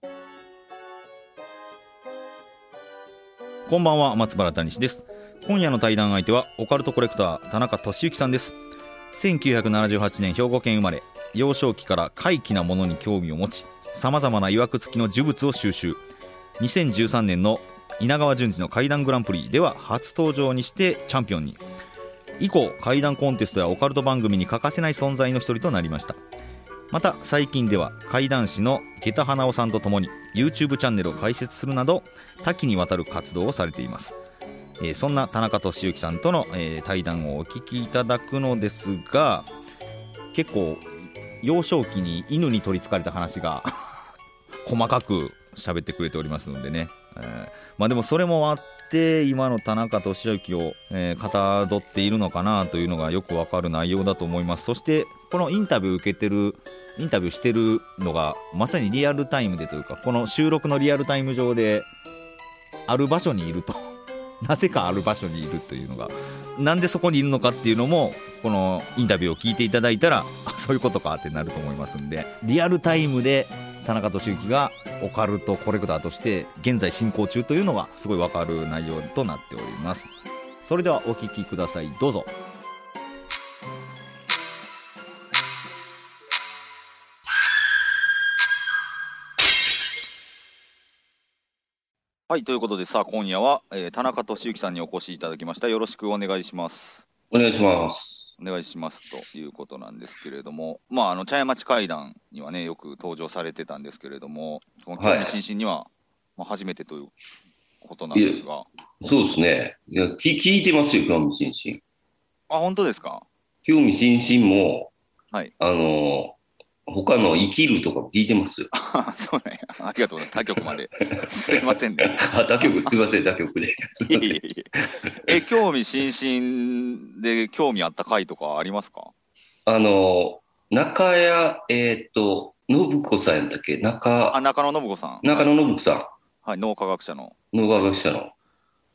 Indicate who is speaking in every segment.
Speaker 1: う
Speaker 2: こんばんは松原谷史です今夜の対談相手はオカルトコレクター田中俊之さんです1978年兵庫県生まれ幼少期から怪奇なものに興味を持ちさまざまな曰く付きの呪物を収集2013年の稲川淳二の怪談グランプリでは初登場にしてチャンピオンに以降怪談コンテストやオカルト番組に欠かせない存在の一人となりましたまた最近では怪談師の下駄花尾さんと共に YouTube チャンネルを開設するなど多岐にわたる活動をされています、えーそんな田中俊之さんとの、えー対談をお聞きいただくのですが結構幼少期に犬に取りつかれた話が 細かく喋ってくれておりますのでね、えーまあでもそれもあって今の田中俊之を、えー、かたどっているのかなというのがよくわかる内容だと思いますそしてこのインタビュー受けてるインタビューしてるのがまさにリアルタイムでというかこの収録のリアルタイム上である場所にいると なぜかある場所にいるというのがなんでそこにいるのかっていうのもこのインタビューを聞いていただいたらあそういうことかってなると思いますんでリアルタイムで田中俊之がオカルトコレクターとして現在進行中というのがすごいわかる内容となっておりますそれではお聞きくださいどうぞはいということでさあ今夜は、えー田中俊之さんにお越しいただきましたよろしくお願いします
Speaker 3: お願いします。
Speaker 2: お願いしますということなんですけれども、まあ、あの茶屋町会談にはね、よく登場されてたんですけれども、この興
Speaker 3: は
Speaker 2: 味
Speaker 3: い
Speaker 2: 津々には、まあ、初めてということなんですが、
Speaker 3: そうですね。いや、き聞いてますよ、興味津
Speaker 2: あ、本当ですか
Speaker 3: 々。興味津々も、
Speaker 2: はい
Speaker 3: あの、他の生きるとかも聞いてますよ。
Speaker 2: あそうね、ありがとうございます、他局まで。すいませんね。
Speaker 3: あ、他局、すいません、他局で。 す
Speaker 2: い
Speaker 3: い
Speaker 2: え
Speaker 3: ま
Speaker 2: いえ
Speaker 3: せん。
Speaker 2: いええ、興味津々で興味あった回とかありますか
Speaker 3: あの、中谷、えっ、と、信子さんやったっけ
Speaker 2: あ、
Speaker 3: 中、
Speaker 2: 中野信子さん。
Speaker 3: 中野信子さ
Speaker 2: はい、脳科学者の。
Speaker 3: ん、脳科学者の。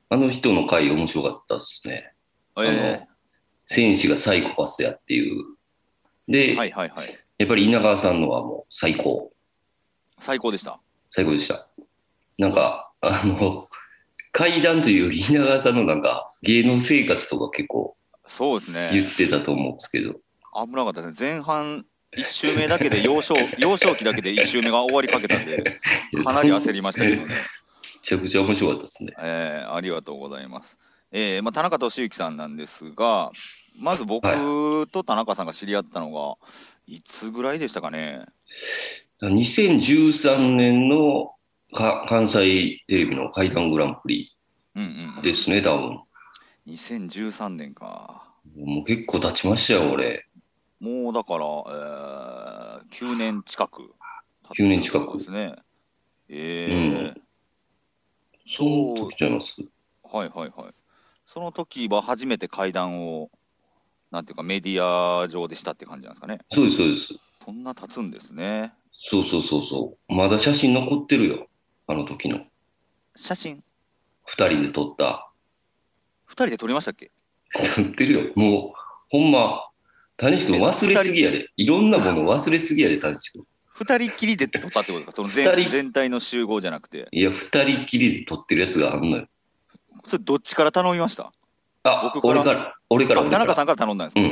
Speaker 3: あの人の回面白かったですね。
Speaker 2: え
Speaker 3: あの、戦士がサイコパスやっていう。で、
Speaker 2: ーはいはいはい。
Speaker 3: やっぱり稲川さんのはもう最高。
Speaker 2: 最高でした。
Speaker 3: 最高でした。なんか、あの、階段というより稲川さんのなんか芸能生活とか結構
Speaker 2: そうですね。
Speaker 3: 言ってたと思うんですけど、
Speaker 2: 危なかったですね、前半1周目だけで 幼少、幼少期だけで1周目が終わりかけたんで、かなり焦りましたけど
Speaker 3: め
Speaker 2: ね、
Speaker 3: ちゃくちゃ面白かったですね。
Speaker 2: えーありがとうございます。えーまあ、田中俊之さんなんですが、まず僕と田中さんが知り合ったのが、いつぐらいでしたかね、
Speaker 3: 2013年のか関西テレビの階段グランプリ
Speaker 2: うんうん、
Speaker 3: ですね、多分。
Speaker 2: 2013年か、
Speaker 3: もう結構経ちましたよ、俺。
Speaker 2: もうだから、えー9年近く経ってる
Speaker 3: 9年近く
Speaker 2: ですね。えー
Speaker 3: そうときちゃいます。
Speaker 2: はいはいはい。その時は初めて会談を、なんていうか、メディア上でしたって感じなんですかね。
Speaker 3: そうです、そうです。
Speaker 2: そんな経つんですね。
Speaker 3: そうそうそうそう。まだ写真残ってるよ。あの時の。
Speaker 2: 写真、
Speaker 3: 二人で撮った
Speaker 2: 2人で撮りましたっけ
Speaker 3: 撮ってるよ。もう、ほんま、谷地君忘れすぎやで。いろんなもの忘れすぎやで、谷地君。
Speaker 2: ?2 人っきりで撮ったってことですかその
Speaker 3: 二
Speaker 2: 全
Speaker 3: 人
Speaker 2: 全体の集合じゃなくて。
Speaker 3: いや、二人きりで撮ってるやつがあんのよ。
Speaker 2: それどっちから頼みました
Speaker 3: あ、
Speaker 2: 僕から
Speaker 3: 俺から、俺から、
Speaker 2: あ
Speaker 3: 俺
Speaker 2: 田中
Speaker 3: から。
Speaker 2: さんから頼んだんです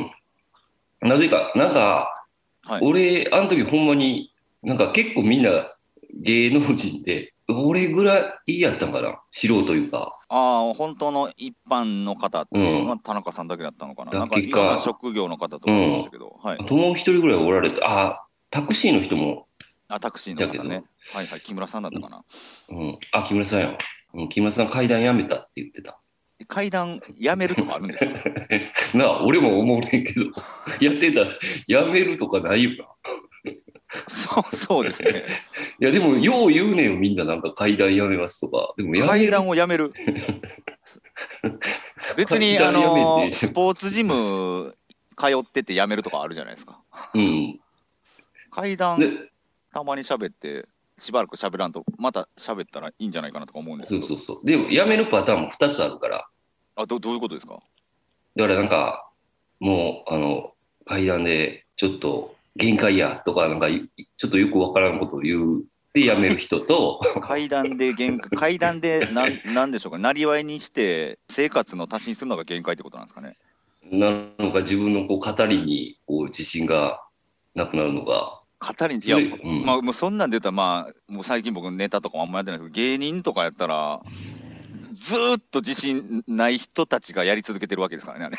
Speaker 3: うん。なぜか、なんか、
Speaker 2: か、はい、
Speaker 3: 俺、あの時ほんまに、なんか結構みんな芸能人で、俺ぐらいやったんかな。素人というか。
Speaker 2: ああ、本当の一般の方っていうのは田中さんだけだったのかな、
Speaker 3: うん
Speaker 2: なんかいろんな職業の方と思いましたけど、はい
Speaker 3: あ。ともう一人ぐらいおられて、あ、タクシーの人も、
Speaker 2: あ、タクシーの
Speaker 3: だけ
Speaker 2: 方
Speaker 3: ど
Speaker 2: ね。はいはい、木村さんだったかな。
Speaker 3: うん、あ、木村さんや。うん、木村さん階段やめたって言ってた。
Speaker 2: 階段やめるとかあるんですか
Speaker 3: なあ、俺も思うねんけど、やってたらやめるとかないよ
Speaker 2: そう、そうですね。
Speaker 3: いや、でも、よう言うねんよ、みんな、なんか階段やめますとか。でもやめ
Speaker 2: 階段をやめ る。別に、あ
Speaker 3: 階段やめて
Speaker 2: の、スポーツジム通っててやめるとかあるじゃないですか。
Speaker 3: うん。
Speaker 2: 階段、
Speaker 3: で、
Speaker 2: たまに喋って、しばらく喋らんと、また喋ったらいいんじゃないかなとか思うんですけ
Speaker 3: そう
Speaker 2: ど、
Speaker 3: そうそう。でも、やめるパターンも2つあるから。
Speaker 2: あどどういうこと ですか
Speaker 3: だから、なんか、もう、あの、階段で、ちょっと、限界や、とか、なんか、いちょっとよくわからんことを言う。で、やめる人と、
Speaker 2: 階段で限界、階段でなんなんでしょうか、なりわいにして、生活の足しにするのが限界ってことなんですかね。
Speaker 3: なのか、自分のこう語りに、こう、自信がなくなるのが、
Speaker 2: 語りに、い
Speaker 3: そ
Speaker 2: や
Speaker 3: れ、 うん
Speaker 2: まあ、もうそんなんで言ったら、まあ、もう最近僕、ネタとかもあんまやってないですけど、芸人とかやったら、ずーっと自信ない人たちがやり続けてるわけですからね、あれ。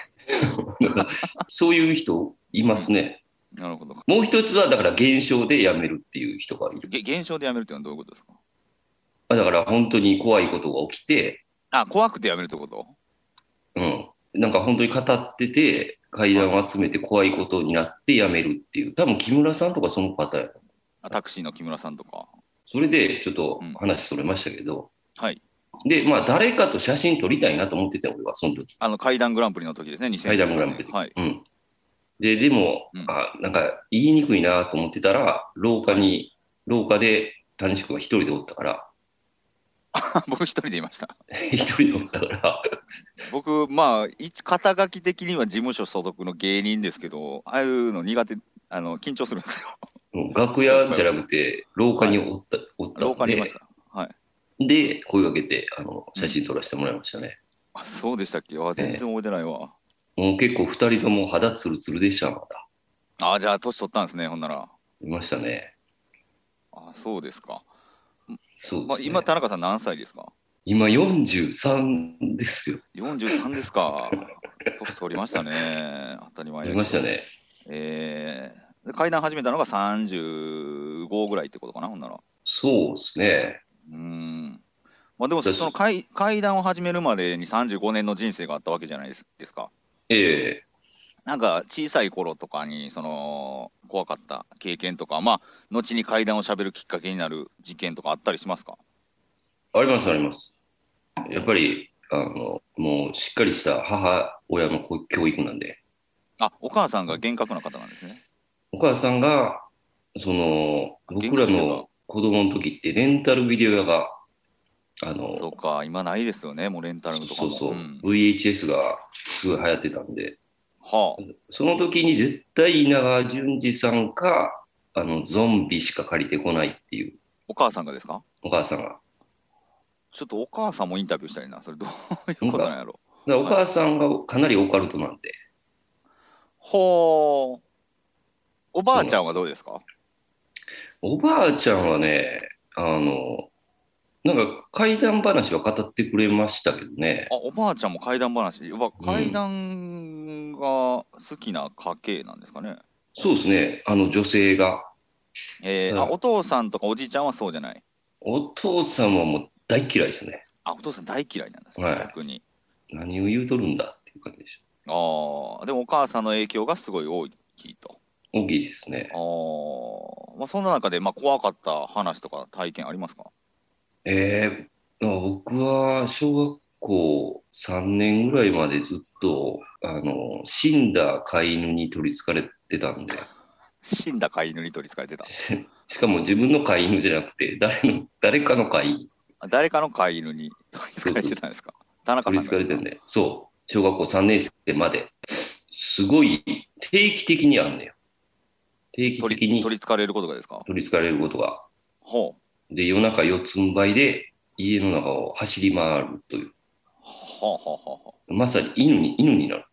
Speaker 3: そういう人いますね。
Speaker 2: なるほど。
Speaker 3: もう一つは、だから、減少でやめるっていう人がいる。
Speaker 2: げ現象でやめるっていうのはどういうことですか
Speaker 3: あだから、本当に怖いことが起きて、
Speaker 2: あ、怖くてやめるってこと
Speaker 3: うん。なんか本当に語ってて、階段を集めて怖いことになってやめるっていう。多分、木村さんとかそのパターンや。
Speaker 2: あタクシーの木村さんとか。
Speaker 3: それで、ちょっと
Speaker 2: うん
Speaker 3: 話それましたけど、
Speaker 2: はい。
Speaker 3: で、まあ、誰かと写真撮りたいなと思ってて、俺は、その時。
Speaker 2: あの、階段グランプリの時ですね、2000年。
Speaker 3: 階段グランプリ。
Speaker 2: はい。
Speaker 3: うん。で、でも、
Speaker 2: うん
Speaker 3: あ、なんか、言いにくいなと思ってたら、廊下に、廊下で、谷志君が一人でおったから、
Speaker 2: 僕一人でいました。
Speaker 3: 一人でおったから、
Speaker 2: 僕、まあ、一肩書き的には事務所所属の芸人ですけど、ああいうの苦手、あの、緊張するんですよ。
Speaker 3: もう楽屋じゃなくて、廊下におった、おった
Speaker 2: 廊
Speaker 3: ん
Speaker 2: 下にいまし
Speaker 3: で、
Speaker 2: た。はい。
Speaker 3: で、声かけて、あの、写真撮らせてもらいましたね。
Speaker 2: あ、そうでしたっけあ、全然覚えてないわ。
Speaker 3: もう結構二人とも肌ツルツルでした、まだ。
Speaker 2: あ、じゃあ、年取ったんですね、ほんなら。
Speaker 3: いましたね。
Speaker 2: あ、そうですか。
Speaker 3: そうで
Speaker 2: ますあ、
Speaker 3: ね。
Speaker 2: 今、田中さん何歳ですか
Speaker 3: 今43ですよ。
Speaker 2: ?43 ですか。年取りましたね。当たり前や
Speaker 3: い
Speaker 2: けど
Speaker 3: ました。ね。
Speaker 2: えーで階段始めたのが35ぐらいってことかな、ほんなら。
Speaker 3: そうですね。
Speaker 2: うーん。まあでも、そ
Speaker 3: です
Speaker 2: の階階段を始めるまでに35年の人生があったわけじゃないですですか。
Speaker 3: ええ
Speaker 2: なんか小さい頃とかにその怖かった経験とか、まあ、後に階段をしゃべるきっかけになる事件とかあったりしますか
Speaker 3: あります、あります。やっぱり、あの、もうしっかりした母親のこ教育なんで、
Speaker 2: あお母さんが厳格な方なんですね。
Speaker 3: お母さんが、その、僕らの子供の時って、レンタルビデオ屋が、
Speaker 2: そ
Speaker 3: あ
Speaker 2: う
Speaker 3: の、
Speaker 2: か、今ないですよね、もうレンタルとか
Speaker 3: そ
Speaker 2: も。
Speaker 3: うそう、
Speaker 2: ん
Speaker 3: VHS がすごい流行ってたんで、
Speaker 2: は
Speaker 3: その時に絶対稲川淳二さんか、あの、ゾンビしか借りてこないっていう、
Speaker 2: あ、お母さんがですか
Speaker 3: お母さんが。だか
Speaker 2: ちょっとお母さんもインタビューしたいな、それどう いうことなんやろ。
Speaker 3: らお母さんがかなりオカルトなんで、
Speaker 2: ほう。おばあちゃんはどうですか
Speaker 3: おばあちゃんはね、あの、なんか怪談話は語ってくれましたけどね
Speaker 2: あ、おばあちゃんも怪談話、やっぱ
Speaker 3: うん
Speaker 2: 怪談が好きな家系なんですかね。
Speaker 3: そうですね、あの女性が。
Speaker 2: えー
Speaker 3: うん
Speaker 2: あお父さんとかおじいちゃんはそうじゃない。
Speaker 3: お父さんはもう大嫌いですね。
Speaker 2: あ、お父さん大嫌いなんですね、
Speaker 3: はい
Speaker 2: 逆に。
Speaker 3: 何を言うとるんだっていう感じでし
Speaker 2: ああ、でもお母さんの影響がすごい大きいと。
Speaker 3: ょ。大きいですね。
Speaker 2: ああ、まあ、そんな中で、まあ、怖かった話とか体験ありますか
Speaker 3: えー、まあ僕は小学校3年ぐらいまでずっと、あの、死んだ飼い犬に取りつかれてたんで、
Speaker 2: 死んだ飼い犬に取りつかれてた。
Speaker 3: ししかも自分の飼い犬じゃなくて、誰の、誰かの飼い犬
Speaker 2: あ誰かの飼い犬に取りつかれてたんですか田中さん
Speaker 3: 取
Speaker 2: が
Speaker 3: りつかれてんで、そう、小学校3年生まで、すごい定期的にあんねよ。定期
Speaker 2: 取
Speaker 3: 的
Speaker 2: り
Speaker 3: に
Speaker 2: 取りつかれることがですか
Speaker 3: 取りつかれることが。
Speaker 2: ほう。
Speaker 3: で、夜中四つん這いで家の中を走り回るという、
Speaker 2: はあ、はあはあはあ、
Speaker 3: まさに犬に、犬になる。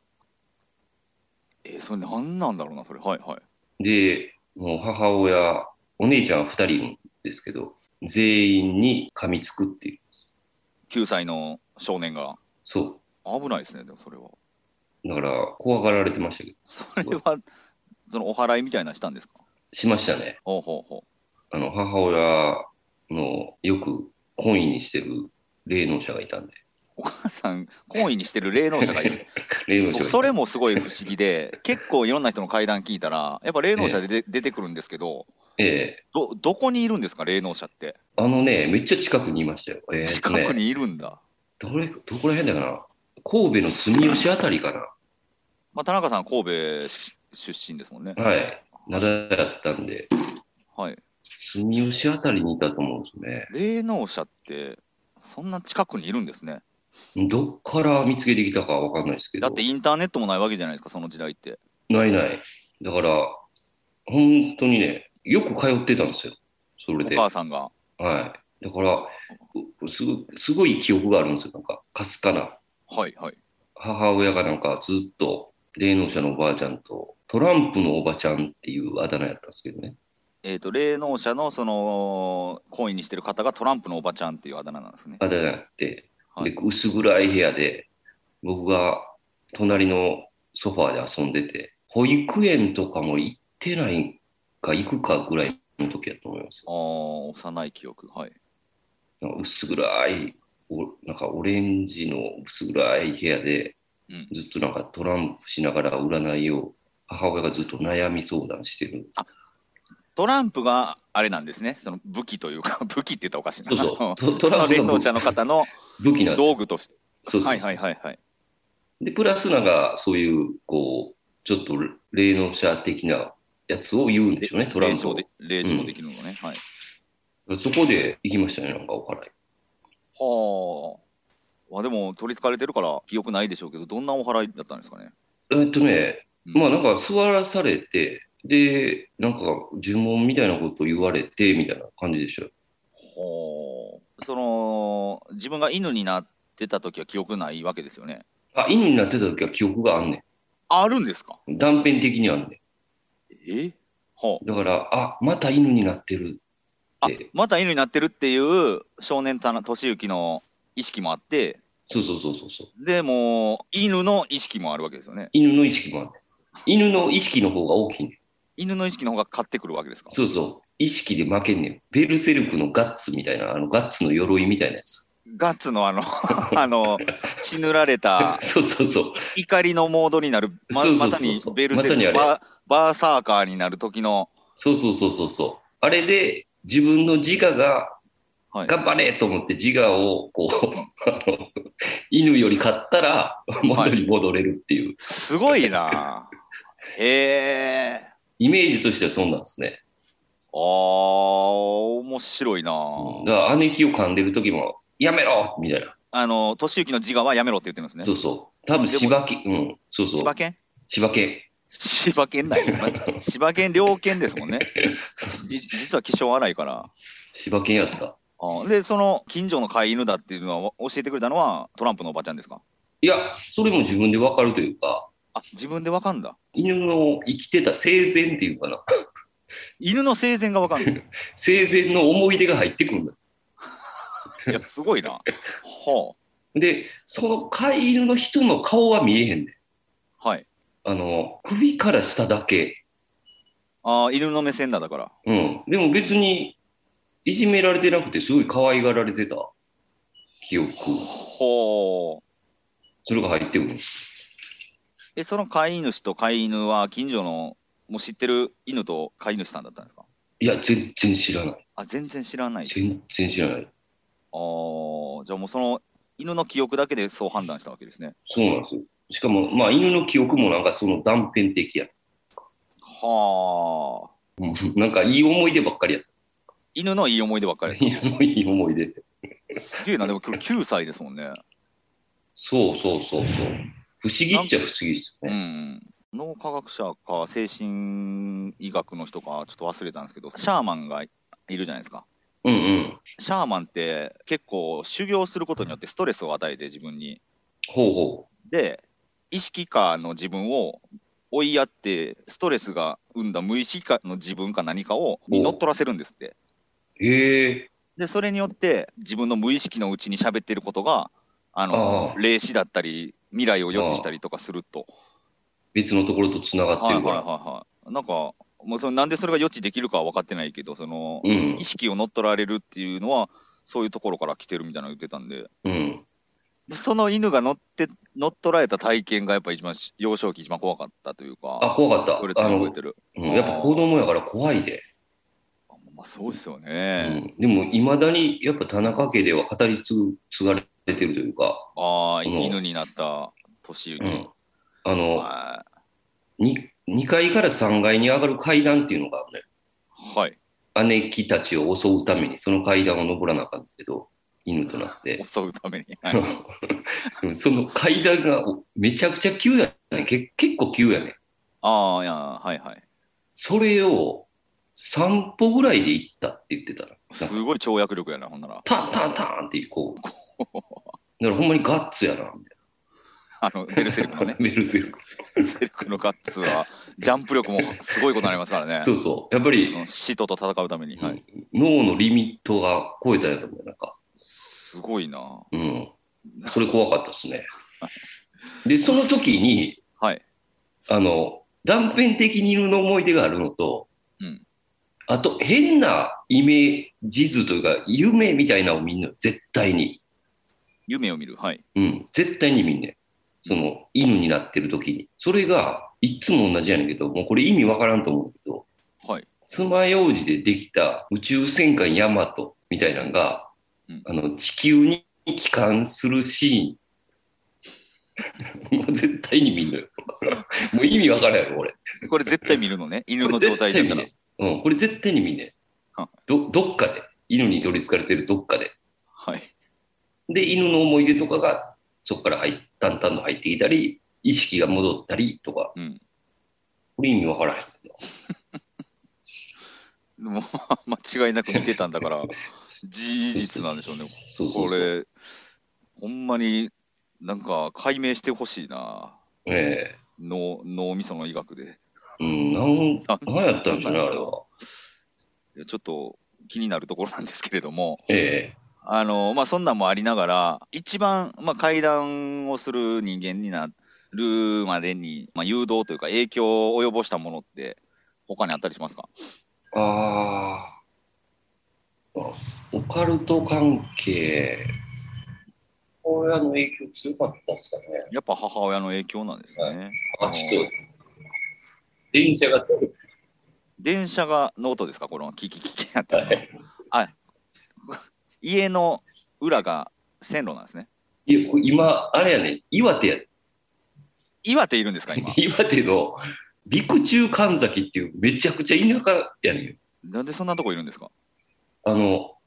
Speaker 2: えーそれ何なんだろうな、それ。はいはい。
Speaker 3: で、もう母親、お姉ちゃんは2人いるんですけど、全員に噛みつくっていう。
Speaker 2: 9歳の少年が。
Speaker 3: そ
Speaker 2: 危ないですね、でもそれは。
Speaker 3: う。だから、怖がられてましたけど、
Speaker 2: それは、そのお祓いみたいなのしたんですか
Speaker 3: しましたね。
Speaker 2: ほうほうほ
Speaker 3: あの、母親のよく懇意にしてる霊能者がいたんで。
Speaker 2: う。お母さん、懇意にしてる霊能者がい る。
Speaker 3: 霊能者がい
Speaker 2: 僕
Speaker 3: た
Speaker 2: それもすごい不思議で、結構いろんな人の会談聞いたら、やっぱ霊能者でで出てくるんですけど、
Speaker 3: ええ。
Speaker 2: ど、どこにいるんですか、霊能者って。
Speaker 3: あのね、めっちゃ近くにいましたよ。えーっと
Speaker 2: 近
Speaker 3: ね
Speaker 2: くにいるんだ。
Speaker 3: どれ、どこら辺だかな。神戸の住吉あたりか
Speaker 2: まあ、田中さん、神戸出身ですもんね。
Speaker 3: な。はい。灘やったんで、
Speaker 2: はい。
Speaker 3: 住吉あたりにいたと思うんですね。
Speaker 2: 霊能者って、そんな近くにいるんですね。
Speaker 3: どっから見つけてきたかわかんないですけど。
Speaker 2: だってインターネットもないわけじゃないですか、その時代って。
Speaker 3: ないない。だから、本当にね、よく通ってたんですよ。それ
Speaker 2: お
Speaker 3: で。
Speaker 2: 母さんが。
Speaker 3: はい。だから、うすごすごい記憶があるんですよ。なんか、かすかな。
Speaker 2: はいはい。
Speaker 3: 母親がなんかずっと、霊能者のおばあちゃんと、トランプのおばちゃんっていうあだ名やったんですけどね。
Speaker 2: えっ、と、霊能者のその、懇意にしてる方がトランプのおばちゃんっていうあだ名なんですね。
Speaker 3: あだ名やって、
Speaker 2: はい
Speaker 3: で薄暗い部屋で、僕が隣のソファーで遊んでて、保育園とかも行ってないか行くかぐらいの時やと思います
Speaker 2: あ。ー幼い記憶。はい。
Speaker 3: なんか薄暗いお、なんかオレンジの薄暗い部屋で
Speaker 2: うん、
Speaker 3: ずっとなんかトランプしながら占いを、母親がずっと悩み相談してる。
Speaker 2: トランプがあれなんですね、その武器というか、 武器って言ったらおかしいな。
Speaker 3: そう そう。 トトランプ
Speaker 2: 霊
Speaker 3: の
Speaker 2: 能者の方の
Speaker 3: 武器なんですよ。
Speaker 2: 道具として。
Speaker 3: そうそうそう
Speaker 2: はいはいはいはい。
Speaker 3: で、プラスなんか、そういう、こう、ちょっと霊能者的なやつを言うんでしょうね、トラ
Speaker 2: 霊
Speaker 3: ンプ
Speaker 2: 障
Speaker 3: を
Speaker 2: で。霊障できるのね。はい。
Speaker 3: そこで行きましたね、なんかお祓い。
Speaker 2: はあ。まあでも、取り憑かれてるから記憶ないでしょうけど、どんなお祓いだったんですかね。
Speaker 3: えっとね、
Speaker 2: うん
Speaker 3: まあなんか座らされて、で、なんか呪文みたいなことを言われて、みたいな感じでしたよ。
Speaker 2: はあ。その、自分が犬になってた時は記憶ないわけですよね。
Speaker 3: あ、犬になってた時は記憶があんね
Speaker 2: あるんですか
Speaker 3: ん。断片的にあんね
Speaker 2: えは
Speaker 3: ん。だから、あ、また犬になってる。
Speaker 2: あ。あ
Speaker 3: ええ、
Speaker 2: また犬になってるっていう少年たな俊之の意識もあって、
Speaker 3: そうそうそうそうそう。
Speaker 2: でも、犬の意識もあるわけですよね。
Speaker 3: 犬の意識もあんねん。犬の意識の方が大きいねん。
Speaker 2: 犬の意識の方が勝ってくるわけですか
Speaker 3: そうそう。意識で負けんねん。ベルセルクのガッツみたいな、あのガッツの鎧みたいなやつ。
Speaker 2: ガッツのあの、あ の、血塗られた、
Speaker 3: そうそうそう。
Speaker 2: 怒りのモードになる、ま
Speaker 3: そうそ
Speaker 2: ま
Speaker 3: うそう
Speaker 2: さ
Speaker 3: そう
Speaker 2: にベルセル
Speaker 3: まさにあ
Speaker 2: ク、
Speaker 3: れ
Speaker 2: バーバーサーカーになる時の、
Speaker 3: そうそうそうそうそう。あれで自分の自我が
Speaker 2: はい、
Speaker 3: 頑張れと思って自我をこう、 あの、犬より勝ったら元に戻れるっていう、
Speaker 2: すごいなぁへえ。
Speaker 3: イメージとしてはそうなんですね。
Speaker 2: あー、面白いなぁ
Speaker 3: だから姉貴を噛んでる時も、やめろみたいな。
Speaker 2: あの、俊之の自我はやめろって言ってるんです
Speaker 3: そ
Speaker 2: ね。
Speaker 3: うそう。多分柴犬、うん、そうそう。
Speaker 2: 柴犬
Speaker 3: 柴犬。
Speaker 2: 柴犬だよ。柴犬、猟犬ですもんね。
Speaker 3: そうそう
Speaker 2: じ実は気性荒いから。
Speaker 3: 柴犬やった。
Speaker 2: あーで、その、近所の飼い犬だっていうのは教えてくれたのは、トランプのおばちゃんですか
Speaker 3: いや、それも自分でわかるというか、
Speaker 2: あ、自分でわかんだ。
Speaker 3: 犬の生きてた生前っていうかな。
Speaker 2: 犬の生前がわかんない。
Speaker 3: 生前の思い出が入ってくるんだよ。
Speaker 2: いや、すごいな。は
Speaker 3: で、その飼い犬の人の顔は見えへんねん
Speaker 2: あ、はい。
Speaker 3: あの、首から下だけ。
Speaker 2: ああ、犬の目線だだから。
Speaker 3: うん。でも別に、いじめられてなくて、すごい可愛がられてた記憶。
Speaker 2: ほう。
Speaker 3: それが入ってくるんです。
Speaker 2: え、その飼い主と飼い犬は近所の、もう知ってる犬と飼い主さんだったんですか
Speaker 3: いや、全然知らない。
Speaker 2: あ、全然知らない。ああ、
Speaker 3: 全然知らない。
Speaker 2: じゃあもうその、犬の記憶だけでそう判断したわけですね。
Speaker 3: そうなんですよ。しかも、まあ、犬の記憶もなんかその断片的や。
Speaker 2: はあ。
Speaker 3: うんなんかいい思い出ばっかりやっ
Speaker 2: 犬のいい思い出ばっか
Speaker 3: た。
Speaker 2: り。
Speaker 3: 犬のいい思い出。
Speaker 2: すげえな、でも今日9歳ですも んね。
Speaker 3: そうそうそうそう。不思議っちゃ不思議です
Speaker 2: う
Speaker 3: よね。
Speaker 2: ん。脳科学者か精神医学の人か、ちょっと忘れたんですけど、シャーマンがいるじゃないですか。
Speaker 3: うんうん。
Speaker 2: シャーマンって結構修行することによってストレスを与えて自分に。
Speaker 3: ほうほ
Speaker 2: で、意識下の自分を追いやって、ストレスが生んだ無意識下の自分か何かをに乗っ取らせるんですって。
Speaker 3: う。へえ。
Speaker 2: で、それによって自分の無意識のうちに喋ってることが、あの
Speaker 3: あ、あ
Speaker 2: 霊視だったり、未来を予知したりとかすると。
Speaker 3: 別のところと繋がっ
Speaker 2: はいは
Speaker 3: て
Speaker 2: い
Speaker 3: るか
Speaker 2: はい
Speaker 3: ら。
Speaker 2: はい。なんか、もうそのなんでそれが予知できるかは分かってないけど、その、
Speaker 3: うん
Speaker 2: 意。識を乗っ取られるっていうのは、そういうところから来てるみたいなの言ってたんで。
Speaker 3: うん。
Speaker 2: その犬が乗って、乗っ取られた体験がやっぱ一番し、幼少期一番怖かったという
Speaker 3: あ、
Speaker 2: か、
Speaker 3: 怖か
Speaker 2: これ
Speaker 3: った。あ
Speaker 2: 覚
Speaker 3: の
Speaker 2: え、てる。
Speaker 3: うんやっぱ子供やから怖いで。
Speaker 2: まあ、そうですよ
Speaker 3: う
Speaker 2: ね。
Speaker 3: ん、でも、いまだにやっぱ田中家では語り継がれてるというか、
Speaker 2: ああ、
Speaker 3: うん
Speaker 2: 犬になった年行
Speaker 3: う
Speaker 2: き。
Speaker 3: ん、あの
Speaker 2: は
Speaker 3: 2, 2階から3階に上がる階段っていうのがあるのよ
Speaker 2: い。はい。
Speaker 3: 姉貴たちを襲うためにその階段を登らなあかんけど、犬となって。
Speaker 2: 襲うため に。はい
Speaker 3: その 階段がめちゃくちゃ急やねん。け結構急やねん。
Speaker 2: ああ、いや、はいはい。
Speaker 3: それを3歩ぐらいで行ったって言ってたら、なんか
Speaker 2: すごい跳躍力やな、ほんなら。
Speaker 3: タンタンタンってこう。だからほんまにガッツやな、み
Speaker 2: あ の、ベルセルクの
Speaker 3: たいな
Speaker 2: ね。。
Speaker 3: ベルセルク。
Speaker 2: ベルセルクのガッツは、ジャンプ力もすごいことになりますからね。
Speaker 3: そうそう。やっぱり
Speaker 2: うんシトと戦うために。はい。
Speaker 3: 脳のリミットが超えたやと思うよなんか。
Speaker 2: すごいな。
Speaker 3: うん。それ怖かったですね。で、その時に、
Speaker 2: はい。
Speaker 3: あの、断片的に犬の思い出があるのと、
Speaker 2: うん
Speaker 3: あと、変なイメージ図というか、夢みたいなのを見んのよ、絶対に。
Speaker 2: 夢を見る。はい。
Speaker 3: うん、絶対に見んねん。その、犬になってる時に。それが、いっつも同じやねんけど、もうこれ意味わからんと思うけど、
Speaker 2: はい。
Speaker 3: 爪楊枝でできた宇宙戦艦ヤマトみたいなのが、
Speaker 2: うん
Speaker 3: あの、地球に帰還するシーン。 もう絶対に見ん のよ。もう意味わからんやろ、俺。
Speaker 2: これ絶対見るの ね。犬の
Speaker 3: これ
Speaker 2: 状
Speaker 3: 絶対
Speaker 2: 態だか
Speaker 3: 見
Speaker 2: ら。
Speaker 3: ねうん、これ絶対に見ね
Speaker 2: は。
Speaker 3: ど、どっかで。犬に取り憑かれてるどっかで。
Speaker 2: はい。
Speaker 3: で、犬の思い出とかが、そこから入っ、淡々と入ってきたり、意識が戻ったりとか、
Speaker 2: うん。
Speaker 3: これ意味わからへん。
Speaker 2: でも間違いなく見てたんだ から、事実なんでしょうね。
Speaker 3: そうそう
Speaker 2: こ
Speaker 3: そ
Speaker 2: れ、
Speaker 3: う。
Speaker 2: ほんまになんか解明してほしいな。
Speaker 3: え
Speaker 2: 脳脳みその医学で。
Speaker 3: えうん、
Speaker 2: あ
Speaker 3: なん、なんやったんじゃない、あれは。
Speaker 2: いやちょっと気になるところなんですけれども、
Speaker 3: え
Speaker 2: あのまあ、そんなんもありながら、一番、まあ、会談をする人間になるまでに、まあ、誘導というか、影響を及ぼしたものって、他にあったりしますか
Speaker 3: えああ。あオカルト関係。親の影響強かったっすかね。
Speaker 2: やっぱ母親の影響なんですね。
Speaker 3: あ、ちょっと、電車が通る。
Speaker 2: 電車がノートですか、このキキキキなってるのはい。家の裏が線路なんですね。
Speaker 3: いや、これ今、あれやね、岩手や。
Speaker 2: 岩手いるんですか、今
Speaker 3: 岩手の陸中神崎っていうめちゃくちゃ田舎やねん。
Speaker 2: なんでそんなとこいるんですか
Speaker 3: あの、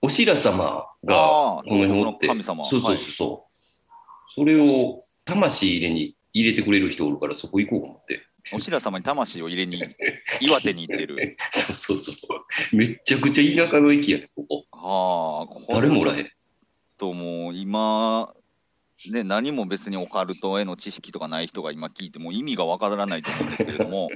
Speaker 3: お白様
Speaker 2: あ
Speaker 3: がこ
Speaker 2: ー
Speaker 3: の辺おって、
Speaker 2: 神様
Speaker 3: そうそうそうそう、それを魂入れに入れてくれる人おるからそこ行こうと思って。
Speaker 2: お白様に魂を入れに、岩手に行ってる。
Speaker 3: そうそうそう。めっちゃくちゃ田舎の駅やねん、こ
Speaker 2: は
Speaker 3: こ。
Speaker 2: あ、これ
Speaker 3: 誰もおらへん。
Speaker 2: ちょっともう今、ね、何も別にオカルトへの知識とかない人が今聞いても意味がわからないと思うんですけれども、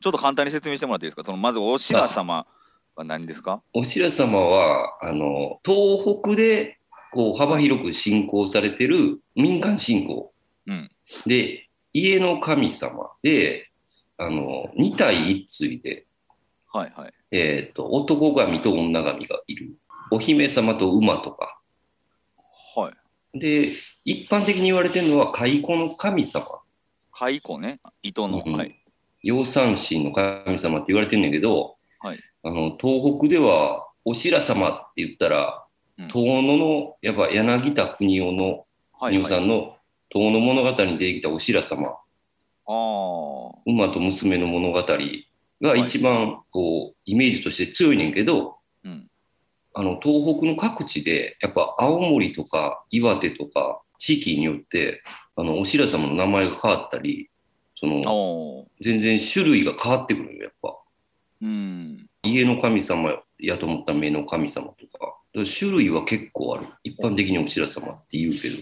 Speaker 2: ちょっと簡単に説明してもらっていいですか、そのまずおしら様は何ですか
Speaker 3: お白様は、あの、東北でこう幅広く信仰されてる民間信仰。
Speaker 2: うん
Speaker 3: で、家の神様で、あの、二体一対で、
Speaker 2: はいはい。
Speaker 3: えっ、と、男神と女神がいる。お姫様と馬とか。
Speaker 2: はい。
Speaker 3: で、一般的に言われてるのは、蚕の神様、
Speaker 2: 蚕ね、糸の、
Speaker 3: うん
Speaker 2: はい。
Speaker 3: 養蚕神の神様って言われてるんだけど、
Speaker 2: はい
Speaker 3: あの東北では、お白様って言ったら、
Speaker 2: うん
Speaker 3: 遠野の、やっぱ柳田国夫の、
Speaker 2: はい、
Speaker 3: 美
Speaker 2: はい。
Speaker 3: 穂さんの遠野物語に出てきたお白様、
Speaker 2: あー
Speaker 3: 馬と娘の物語が一番、こう、イメージとして強いねんけど、
Speaker 2: うん
Speaker 3: あの東北の各地で、やっぱ青森とか岩手とか、地域によって、あのお白様の名前が変わったり、そ
Speaker 2: あ
Speaker 3: の
Speaker 2: ー。
Speaker 3: 全然種類が変わってくるよ、やっぱ。
Speaker 2: うん。
Speaker 3: 家の神様やと思ったら目の神様とか、だから種類は結構ある、一般的にお白様って言うけど、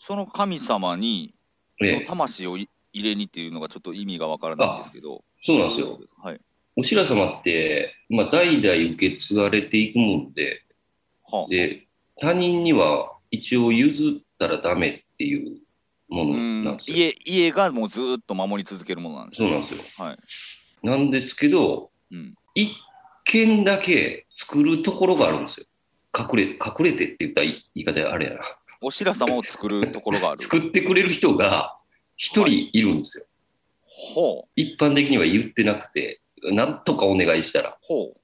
Speaker 2: その神様に、
Speaker 3: ええ、
Speaker 2: 魂をい入れにっていうのがちょっと意味がわからないんですけど。
Speaker 3: そうなんですよ。。
Speaker 2: はい。
Speaker 3: お白様って、まあ、代々受け継がれていくもんで、
Speaker 2: はあ、
Speaker 3: で他人には一応譲ったらダメっていうも
Speaker 2: う
Speaker 3: のなん
Speaker 2: ん
Speaker 3: ですよ。
Speaker 2: 家家がもうずーっと守り続けるものなんです
Speaker 3: そう
Speaker 2: ね
Speaker 3: なんですよ。
Speaker 2: はい。
Speaker 3: なんですけど、
Speaker 2: うん
Speaker 3: 一軒だけ作るところがあるんですよ。隠れ、隠れてって言ったら言い方あれやな。
Speaker 2: おしら様を作るところがある。
Speaker 3: 作ってくれる人が一人いるんですよ。
Speaker 2: ほう、
Speaker 3: 一般的には言ってなくて、なんとかお願いしたら。
Speaker 2: ほ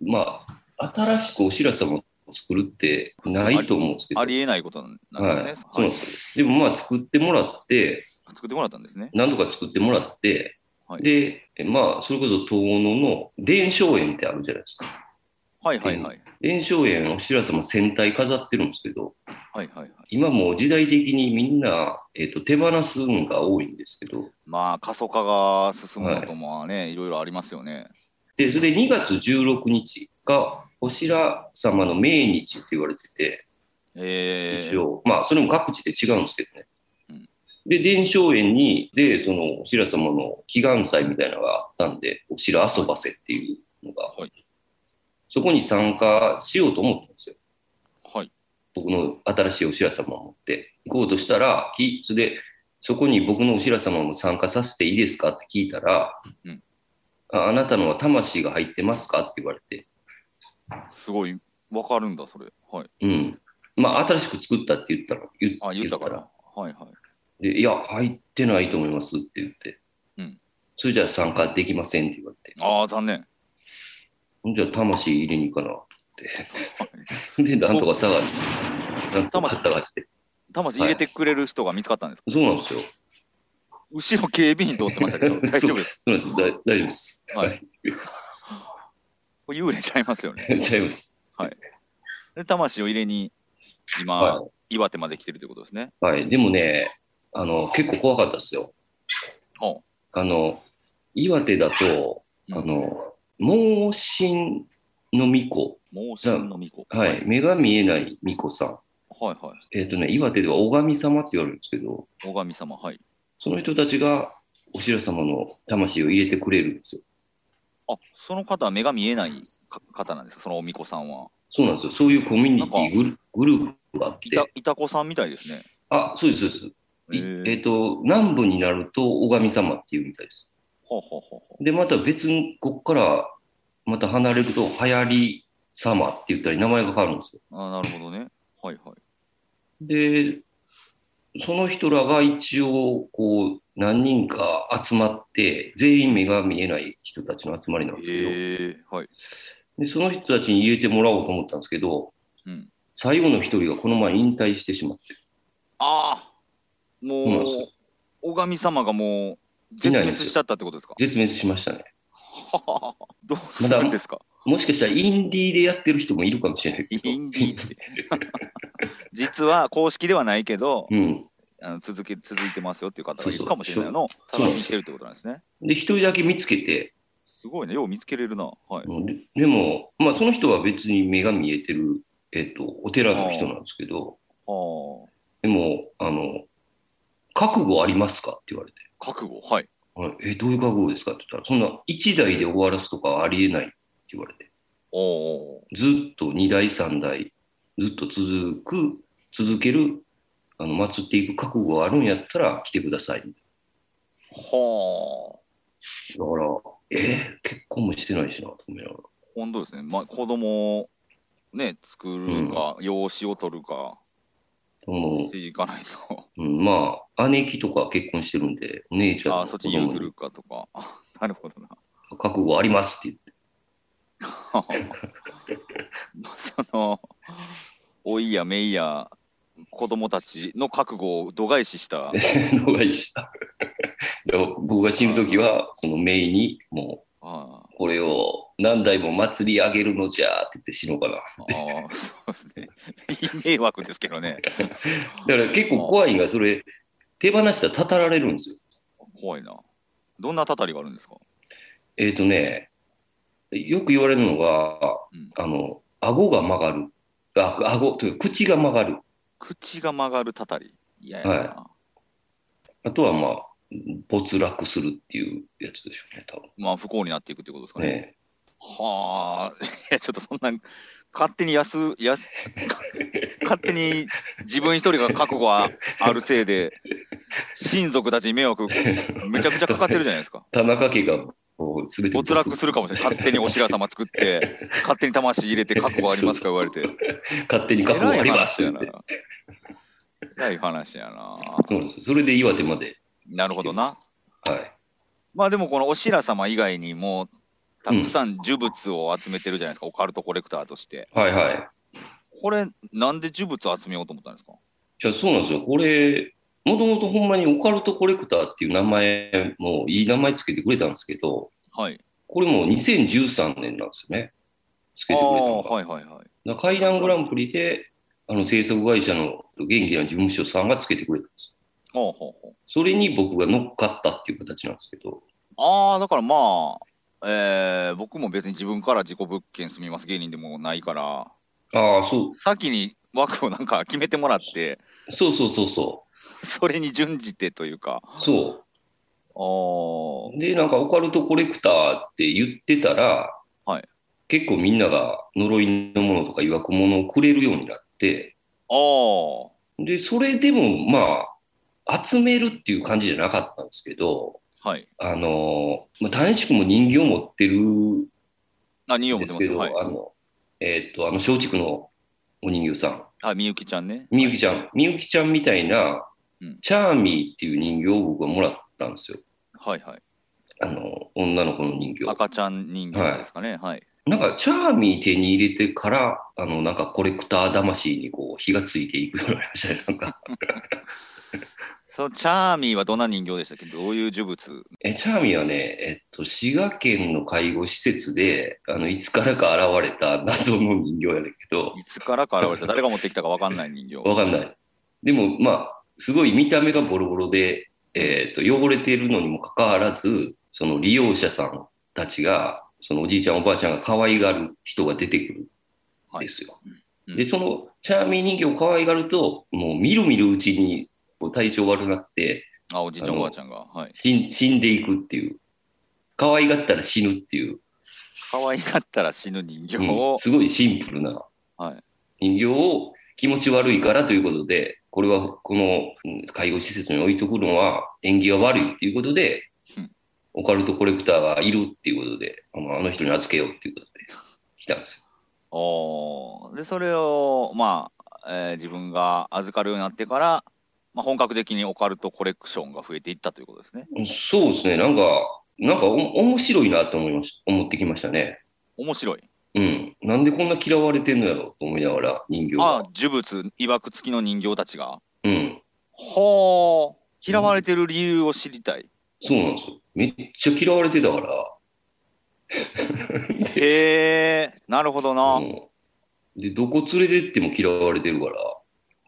Speaker 2: う。
Speaker 3: まあ、新しくお知らせも作るってないと思うんですけど、
Speaker 2: ありえないことなんですね。
Speaker 3: はい、そ
Speaker 2: は
Speaker 3: うなん
Speaker 2: い
Speaker 3: ですよ。でもまあ、作ってもらって、
Speaker 2: 作ってもらったんですね。
Speaker 3: 何度か作ってもらって、
Speaker 2: はい
Speaker 3: で、まあ、それこそ遠野の伝承園ってあるじゃないですか。
Speaker 2: はいはいはい。
Speaker 3: 伝承園、お知らせも戦隊飾ってるんですけど、
Speaker 2: はいはいはい。
Speaker 3: 今もう時代的にみんな、えっと手放すのが多いんですけど、
Speaker 2: まあ、過疎化が進むのともね、い、ろいろありますよね。
Speaker 3: で、それで2月16日が、お白様の命日って言われてて、
Speaker 2: え
Speaker 3: 一
Speaker 2: ー、
Speaker 3: 応、まあ、それも各地で違うんですけどね。
Speaker 2: うん
Speaker 3: で、伝承園に、で、その、お白様の祈願祭みたいなのがあったんで、お白遊ばせっていうのが、
Speaker 2: はい
Speaker 3: そこに参加しようと思ったんですよ。
Speaker 2: はい。
Speaker 3: 僕の新しいお白様を持って行こうとしたら、きそれで、そこに僕のお白様も参加させていいですかって聞いたら、
Speaker 2: うん
Speaker 3: ああなたのは魂が入ってますかって言われて、
Speaker 2: すごい、わかるんだ、それ。はい。
Speaker 3: うん。まあ、新しく作ったって言ったら、言
Speaker 2: あ、言ったから。はいはい。
Speaker 3: で、いや、入ってないと思いますって言って、
Speaker 2: うん
Speaker 3: それじゃあ参加できませんって言われて、
Speaker 2: ああ、残念。
Speaker 3: ほんじゃあ魂入れに行かなと 思って、で、なんとか探して、なんとか探して、
Speaker 2: 魂入れてくれる人が見つかったんですか、
Speaker 3: そうなんですよ。
Speaker 2: 後ろ警備員通ってましたけど、大丈夫です。
Speaker 3: そうなんですよ。だ大丈夫です。
Speaker 2: はい
Speaker 3: はい。
Speaker 2: これ幽霊ちゃいますよね。
Speaker 3: やっちゃいます。
Speaker 2: で、魂を入れに、今、
Speaker 3: は
Speaker 2: 岩手まで来てるということですね。
Speaker 3: い。はい。でもね、あの、結構怖かったですよ。
Speaker 2: ほ
Speaker 3: あの、岩手だと、
Speaker 2: う
Speaker 3: あ
Speaker 2: ん
Speaker 3: の、盲信の巫女、
Speaker 2: 盲信の巫女。
Speaker 3: はい。目が見えない巫女さ
Speaker 2: はいは
Speaker 3: ん。えっ、とね、岩手では拝み様って言われるんですけど、
Speaker 2: い。拝様、はい。
Speaker 3: その人たちが、お白様の魂を入れてくれるんですよ。
Speaker 2: あ、その方は目が見えないか方なんですかそのお巫女さんは。
Speaker 3: そうなんですよ。そういうコミュニティグルグループがあっ
Speaker 2: いた
Speaker 3: て。、
Speaker 2: いた子さんみたいですね。
Speaker 3: あ、そうです、そうです。い
Speaker 2: へー
Speaker 3: えっ、と、南部になると、拝み様っていうみたいです。
Speaker 2: ほうほうほうほ
Speaker 3: で、また別に、ここから、また離れると、流行り様って言ったり、名前が変わるんですよ。
Speaker 2: う。あなるほどね。はいはい。
Speaker 3: で、その人らが一応、こう、何人か集まって、全員目が見えない人たちの集まりなんですけど、
Speaker 2: ええはい。
Speaker 3: でその人たちに入れてもらおうと思ったんですけど、
Speaker 2: うん。
Speaker 3: 最後の一人がこの前引退してしまって、
Speaker 2: ああ、
Speaker 3: そうな
Speaker 2: も
Speaker 3: ん
Speaker 2: う
Speaker 3: ですよ、
Speaker 2: お神様がもう、
Speaker 3: い
Speaker 2: 絶
Speaker 3: ないん
Speaker 2: 滅
Speaker 3: ですよ
Speaker 2: しちゃったってことですか
Speaker 3: 絶滅しましたね。
Speaker 2: はははは どうするんですか
Speaker 3: もしかしたらインディーでやってる人もいるかもしれないけど。
Speaker 2: インディーって。 実は公式ではないけど、
Speaker 3: うん。
Speaker 2: あの続け続いてますよっていう方
Speaker 3: そ
Speaker 2: が
Speaker 3: う
Speaker 2: い
Speaker 3: そう
Speaker 2: るかもしれないのを
Speaker 3: そう
Speaker 2: 探しに来てるってことなんですね。
Speaker 3: で、一人だけ見つけて、
Speaker 2: すごいね。よう見つけれるな。はい。
Speaker 3: うんででも、まあその人は別に目が見えてる、えっと、お寺の人なんですけど、
Speaker 2: あー
Speaker 3: でも、あの、覚悟ありますかって言われて、
Speaker 2: 覚悟。はい。
Speaker 3: あえ、どういう覚悟ですかって言ったら、そんな一台で終わらすとかありえないって言われて、
Speaker 2: おお
Speaker 3: ずっと二台、三台、ずっと続く、続ける、あの、祀っていく覚悟があるんやったら来てください。
Speaker 2: はあ。
Speaker 3: だから、えー結婚もしてないしな、と思いながら。
Speaker 2: 本当ですね。まあ、子供をね、作るか、養子を取るか、
Speaker 3: その
Speaker 2: していかないと。
Speaker 3: うん、まあ、姉貴とか結婚してるんで、お姉ちゃん
Speaker 2: あ
Speaker 3: の
Speaker 2: あ、そ
Speaker 3: 子
Speaker 2: っち
Speaker 3: 供
Speaker 2: 譲
Speaker 3: に
Speaker 2: るかとか。あなるほどな。
Speaker 3: 覚悟ありますって言って。
Speaker 2: まあその、おいやめいや、子供たちの覚悟を度外視 した、
Speaker 3: のがいいした。 で僕が死ぬときは、そのメイに、も
Speaker 2: あ
Speaker 3: う、これを何代も祭り上げるのじゃって言って死のうかな。
Speaker 2: あー、そうですね。迷惑ですけどね。
Speaker 3: だから結構怖いんが、それ、手放したらたたられるんですよ。
Speaker 2: 怖いな。どんなたたりがあるんですか
Speaker 3: えっ、とね、よく言われるのが、
Speaker 2: うん
Speaker 3: あの、顎が曲がる。あ、顎、というか口が曲がる。
Speaker 2: 口が曲がるたたり。いやいやな、
Speaker 3: あとはまあ、没落するっていうやつでしょうね、多
Speaker 2: まあ不幸になっていくってことですか
Speaker 3: 分
Speaker 2: ね。
Speaker 3: ね。
Speaker 2: はあ、いや、ちょっとそんな、勝手に安、 安、勝手に自分一人が覚悟はあるせいで、親族たちに迷惑、めちゃくちゃかかってるじゃないですか。
Speaker 3: 田中家がもう全て
Speaker 2: 没落するかもしれない。勝手にお白様作って、勝手に魂入れて覚悟ありますか言われて。
Speaker 3: 勝手に覚悟あります
Speaker 2: 偉い
Speaker 3: っ
Speaker 2: 話
Speaker 3: て
Speaker 2: や。な。偉い話やな。
Speaker 3: そうなんですよそれで岩手まで。
Speaker 2: なるほどな。
Speaker 3: はい。
Speaker 2: まあでもこのお白様以外にも、たくさん呪物を集めてるじゃないですか、オカルトコレクターとして。
Speaker 3: はいはい。
Speaker 2: これ、なんで呪物を集めようと思ったんですか
Speaker 3: いや、そうなんですよ。これ、もともとほんまにオカルトコレクターっていう名前もいい名前つけてくれたんですけど、
Speaker 2: はい。
Speaker 3: これも2013年なんですよね。つけ
Speaker 2: あ
Speaker 3: てくれた
Speaker 2: あ、
Speaker 3: のが。
Speaker 2: はいはいはい。
Speaker 3: だから怪談グランプリで、あの制作会社の元気な事務所さんがつけてくれたんですよ。
Speaker 2: ほうほうほう
Speaker 3: それに僕が乗っかったっていう形なんですけど、
Speaker 2: ああ、だからまあ、えー、僕も別に自分から自己物件住みます芸人でもないから、
Speaker 3: ああ、そ
Speaker 2: 先に枠をなんか決めてもらって、
Speaker 3: う、そうそうそうそ
Speaker 2: それに準じてというか、
Speaker 3: う、そ
Speaker 2: あー
Speaker 3: う。で、なんかオカルトコレクターって言ってたら、
Speaker 2: はい
Speaker 3: 結構みんなが呪いのものとか曰くものをくれるようになって、
Speaker 2: あー、
Speaker 3: で、それでもまあ、集めるっていう感じじゃなかったんですけど、
Speaker 2: はい。
Speaker 3: あの、まあ、大志くも人形持ってるん
Speaker 2: 何を
Speaker 3: で
Speaker 2: 持って
Speaker 3: す
Speaker 2: ま
Speaker 3: け
Speaker 2: す
Speaker 3: ど、
Speaker 2: はい。
Speaker 3: あの、えーっと、あの、松竹のお人形さん、
Speaker 2: はい、みゆきちゃんね。
Speaker 3: みゆきちゃん、みゆきちゃんみたいな
Speaker 2: うん、
Speaker 3: チャーミーっていう人形を僕はもらったんですよ。
Speaker 2: はいはい。
Speaker 3: あの、女の子の人形。
Speaker 2: 赤ちゃん人形ですかね。はい。
Speaker 3: なんか、チャーミー手に入れてから、あの、なんかコレクター魂にこう、火がついていくようになりましたね。なんか、
Speaker 2: そう、チャーミーはどんな人形でしたっけどういう呪物
Speaker 3: え、チャーミーはね、えっと、滋賀県の介護施設で、あの、いつからか現れた謎の人形やねんけど、
Speaker 2: いつからか現 れた誰が持ってきたか分かんない人形。
Speaker 3: わかんない。でも、まあ、すごい見た目がボロボロで、えっと、汚れているのにもかかわらず、その利用者さんたちが、そのおじいちゃんおばあちゃんが可愛がる人が出てくるんですよ。
Speaker 2: うん
Speaker 3: で、そのチャーミー人形を可愛がると、もうみるみるうちにこう体調悪くなって
Speaker 2: あ、おじいちゃんおばあちゃんが。はい。
Speaker 3: 死ん死んでいくっていう。可愛がったら死ぬっていう、
Speaker 2: 可愛かったら死ぬ人形
Speaker 3: う
Speaker 2: を
Speaker 3: ん、すごいシンプルな
Speaker 2: はい
Speaker 3: 人形を気持ち悪いからということで、これはこのうん介護施設に置いとくのは縁起が悪いっていうことで
Speaker 2: うん、
Speaker 3: オカルトコレクターがいるっていうことで、あのあの人に預けようっていうことで来たんですよ。
Speaker 2: おーで、それを、まあ、えー自分が預かるようになってから、まあ、本格的にオカルトコレクションが増えていったということですね。
Speaker 3: そうですね、なんか、なんかお面白いなと思いまし思ってきましたね。
Speaker 2: 面白い。
Speaker 3: うん。なんでこんな嫌われてんのやろうと思いながら、人形
Speaker 2: あ
Speaker 3: が。
Speaker 2: 呪物、いわく付きの人形たちが。
Speaker 3: うん。
Speaker 2: ほー。嫌われてる理由を知りたい。
Speaker 3: そうなんですよ。めっちゃ嫌われてたから。
Speaker 2: へー。なるほどな。
Speaker 3: う
Speaker 2: は
Speaker 3: んで、どこ連れてっても嫌われてるから。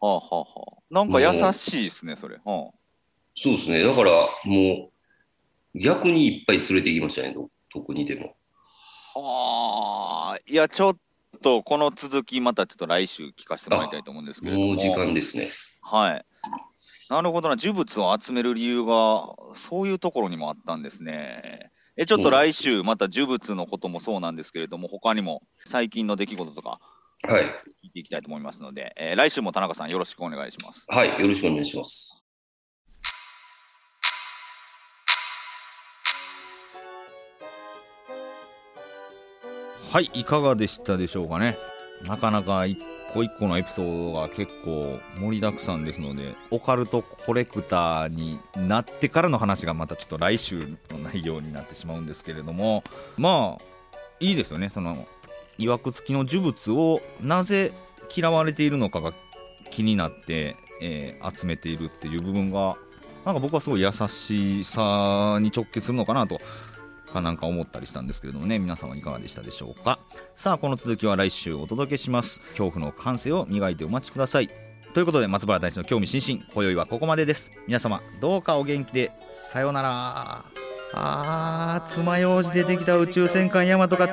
Speaker 2: あはあはあ。なんか優しいですね、それ。は
Speaker 3: そうですね。だから、もう、逆にいっぱい連れて行きましたね、どどこにでも。
Speaker 2: あ。はあ。いや、ちょっと、この続き、またちょっと来週聞かせてもらいたいと思うんですけれども。
Speaker 3: もう時間ですね。
Speaker 2: はい。なるほどな、呪物を集める理由が、そういうところにもあったんですね。えちょっと来週、また呪物のこともそうなんですけれども、他にも最近の出来事とか
Speaker 3: はい。
Speaker 2: 聞いていきたいと思いますので、えー来週も田中さん、よろしくお願いします。
Speaker 3: はい。よろしくお願いします。
Speaker 4: はい、いかがでしたでしょうかね。なかなか一個一個のエピソードが結構盛りだくさんですので、オカルトコレクターになってからの話がまたちょっと来週の内容になってしまうんですけれども、まあ、いいですよね、その、いわくつきの呪物をなぜ嫌われているのかが気になって、えー集めているっていう部分が、なんか僕はすごい優しさに直結するのかなとかなんか思ったりしたんですけれどもね皆さんはいかがでしたでしょうかさあこの続きは来週お届けします恐怖の感性を磨いてお待ちくださいということで松原大地の興味津々今宵はここまでです皆様どうかお元気でさようならあー爪楊枝でできた宇宙戦艦ヤマトが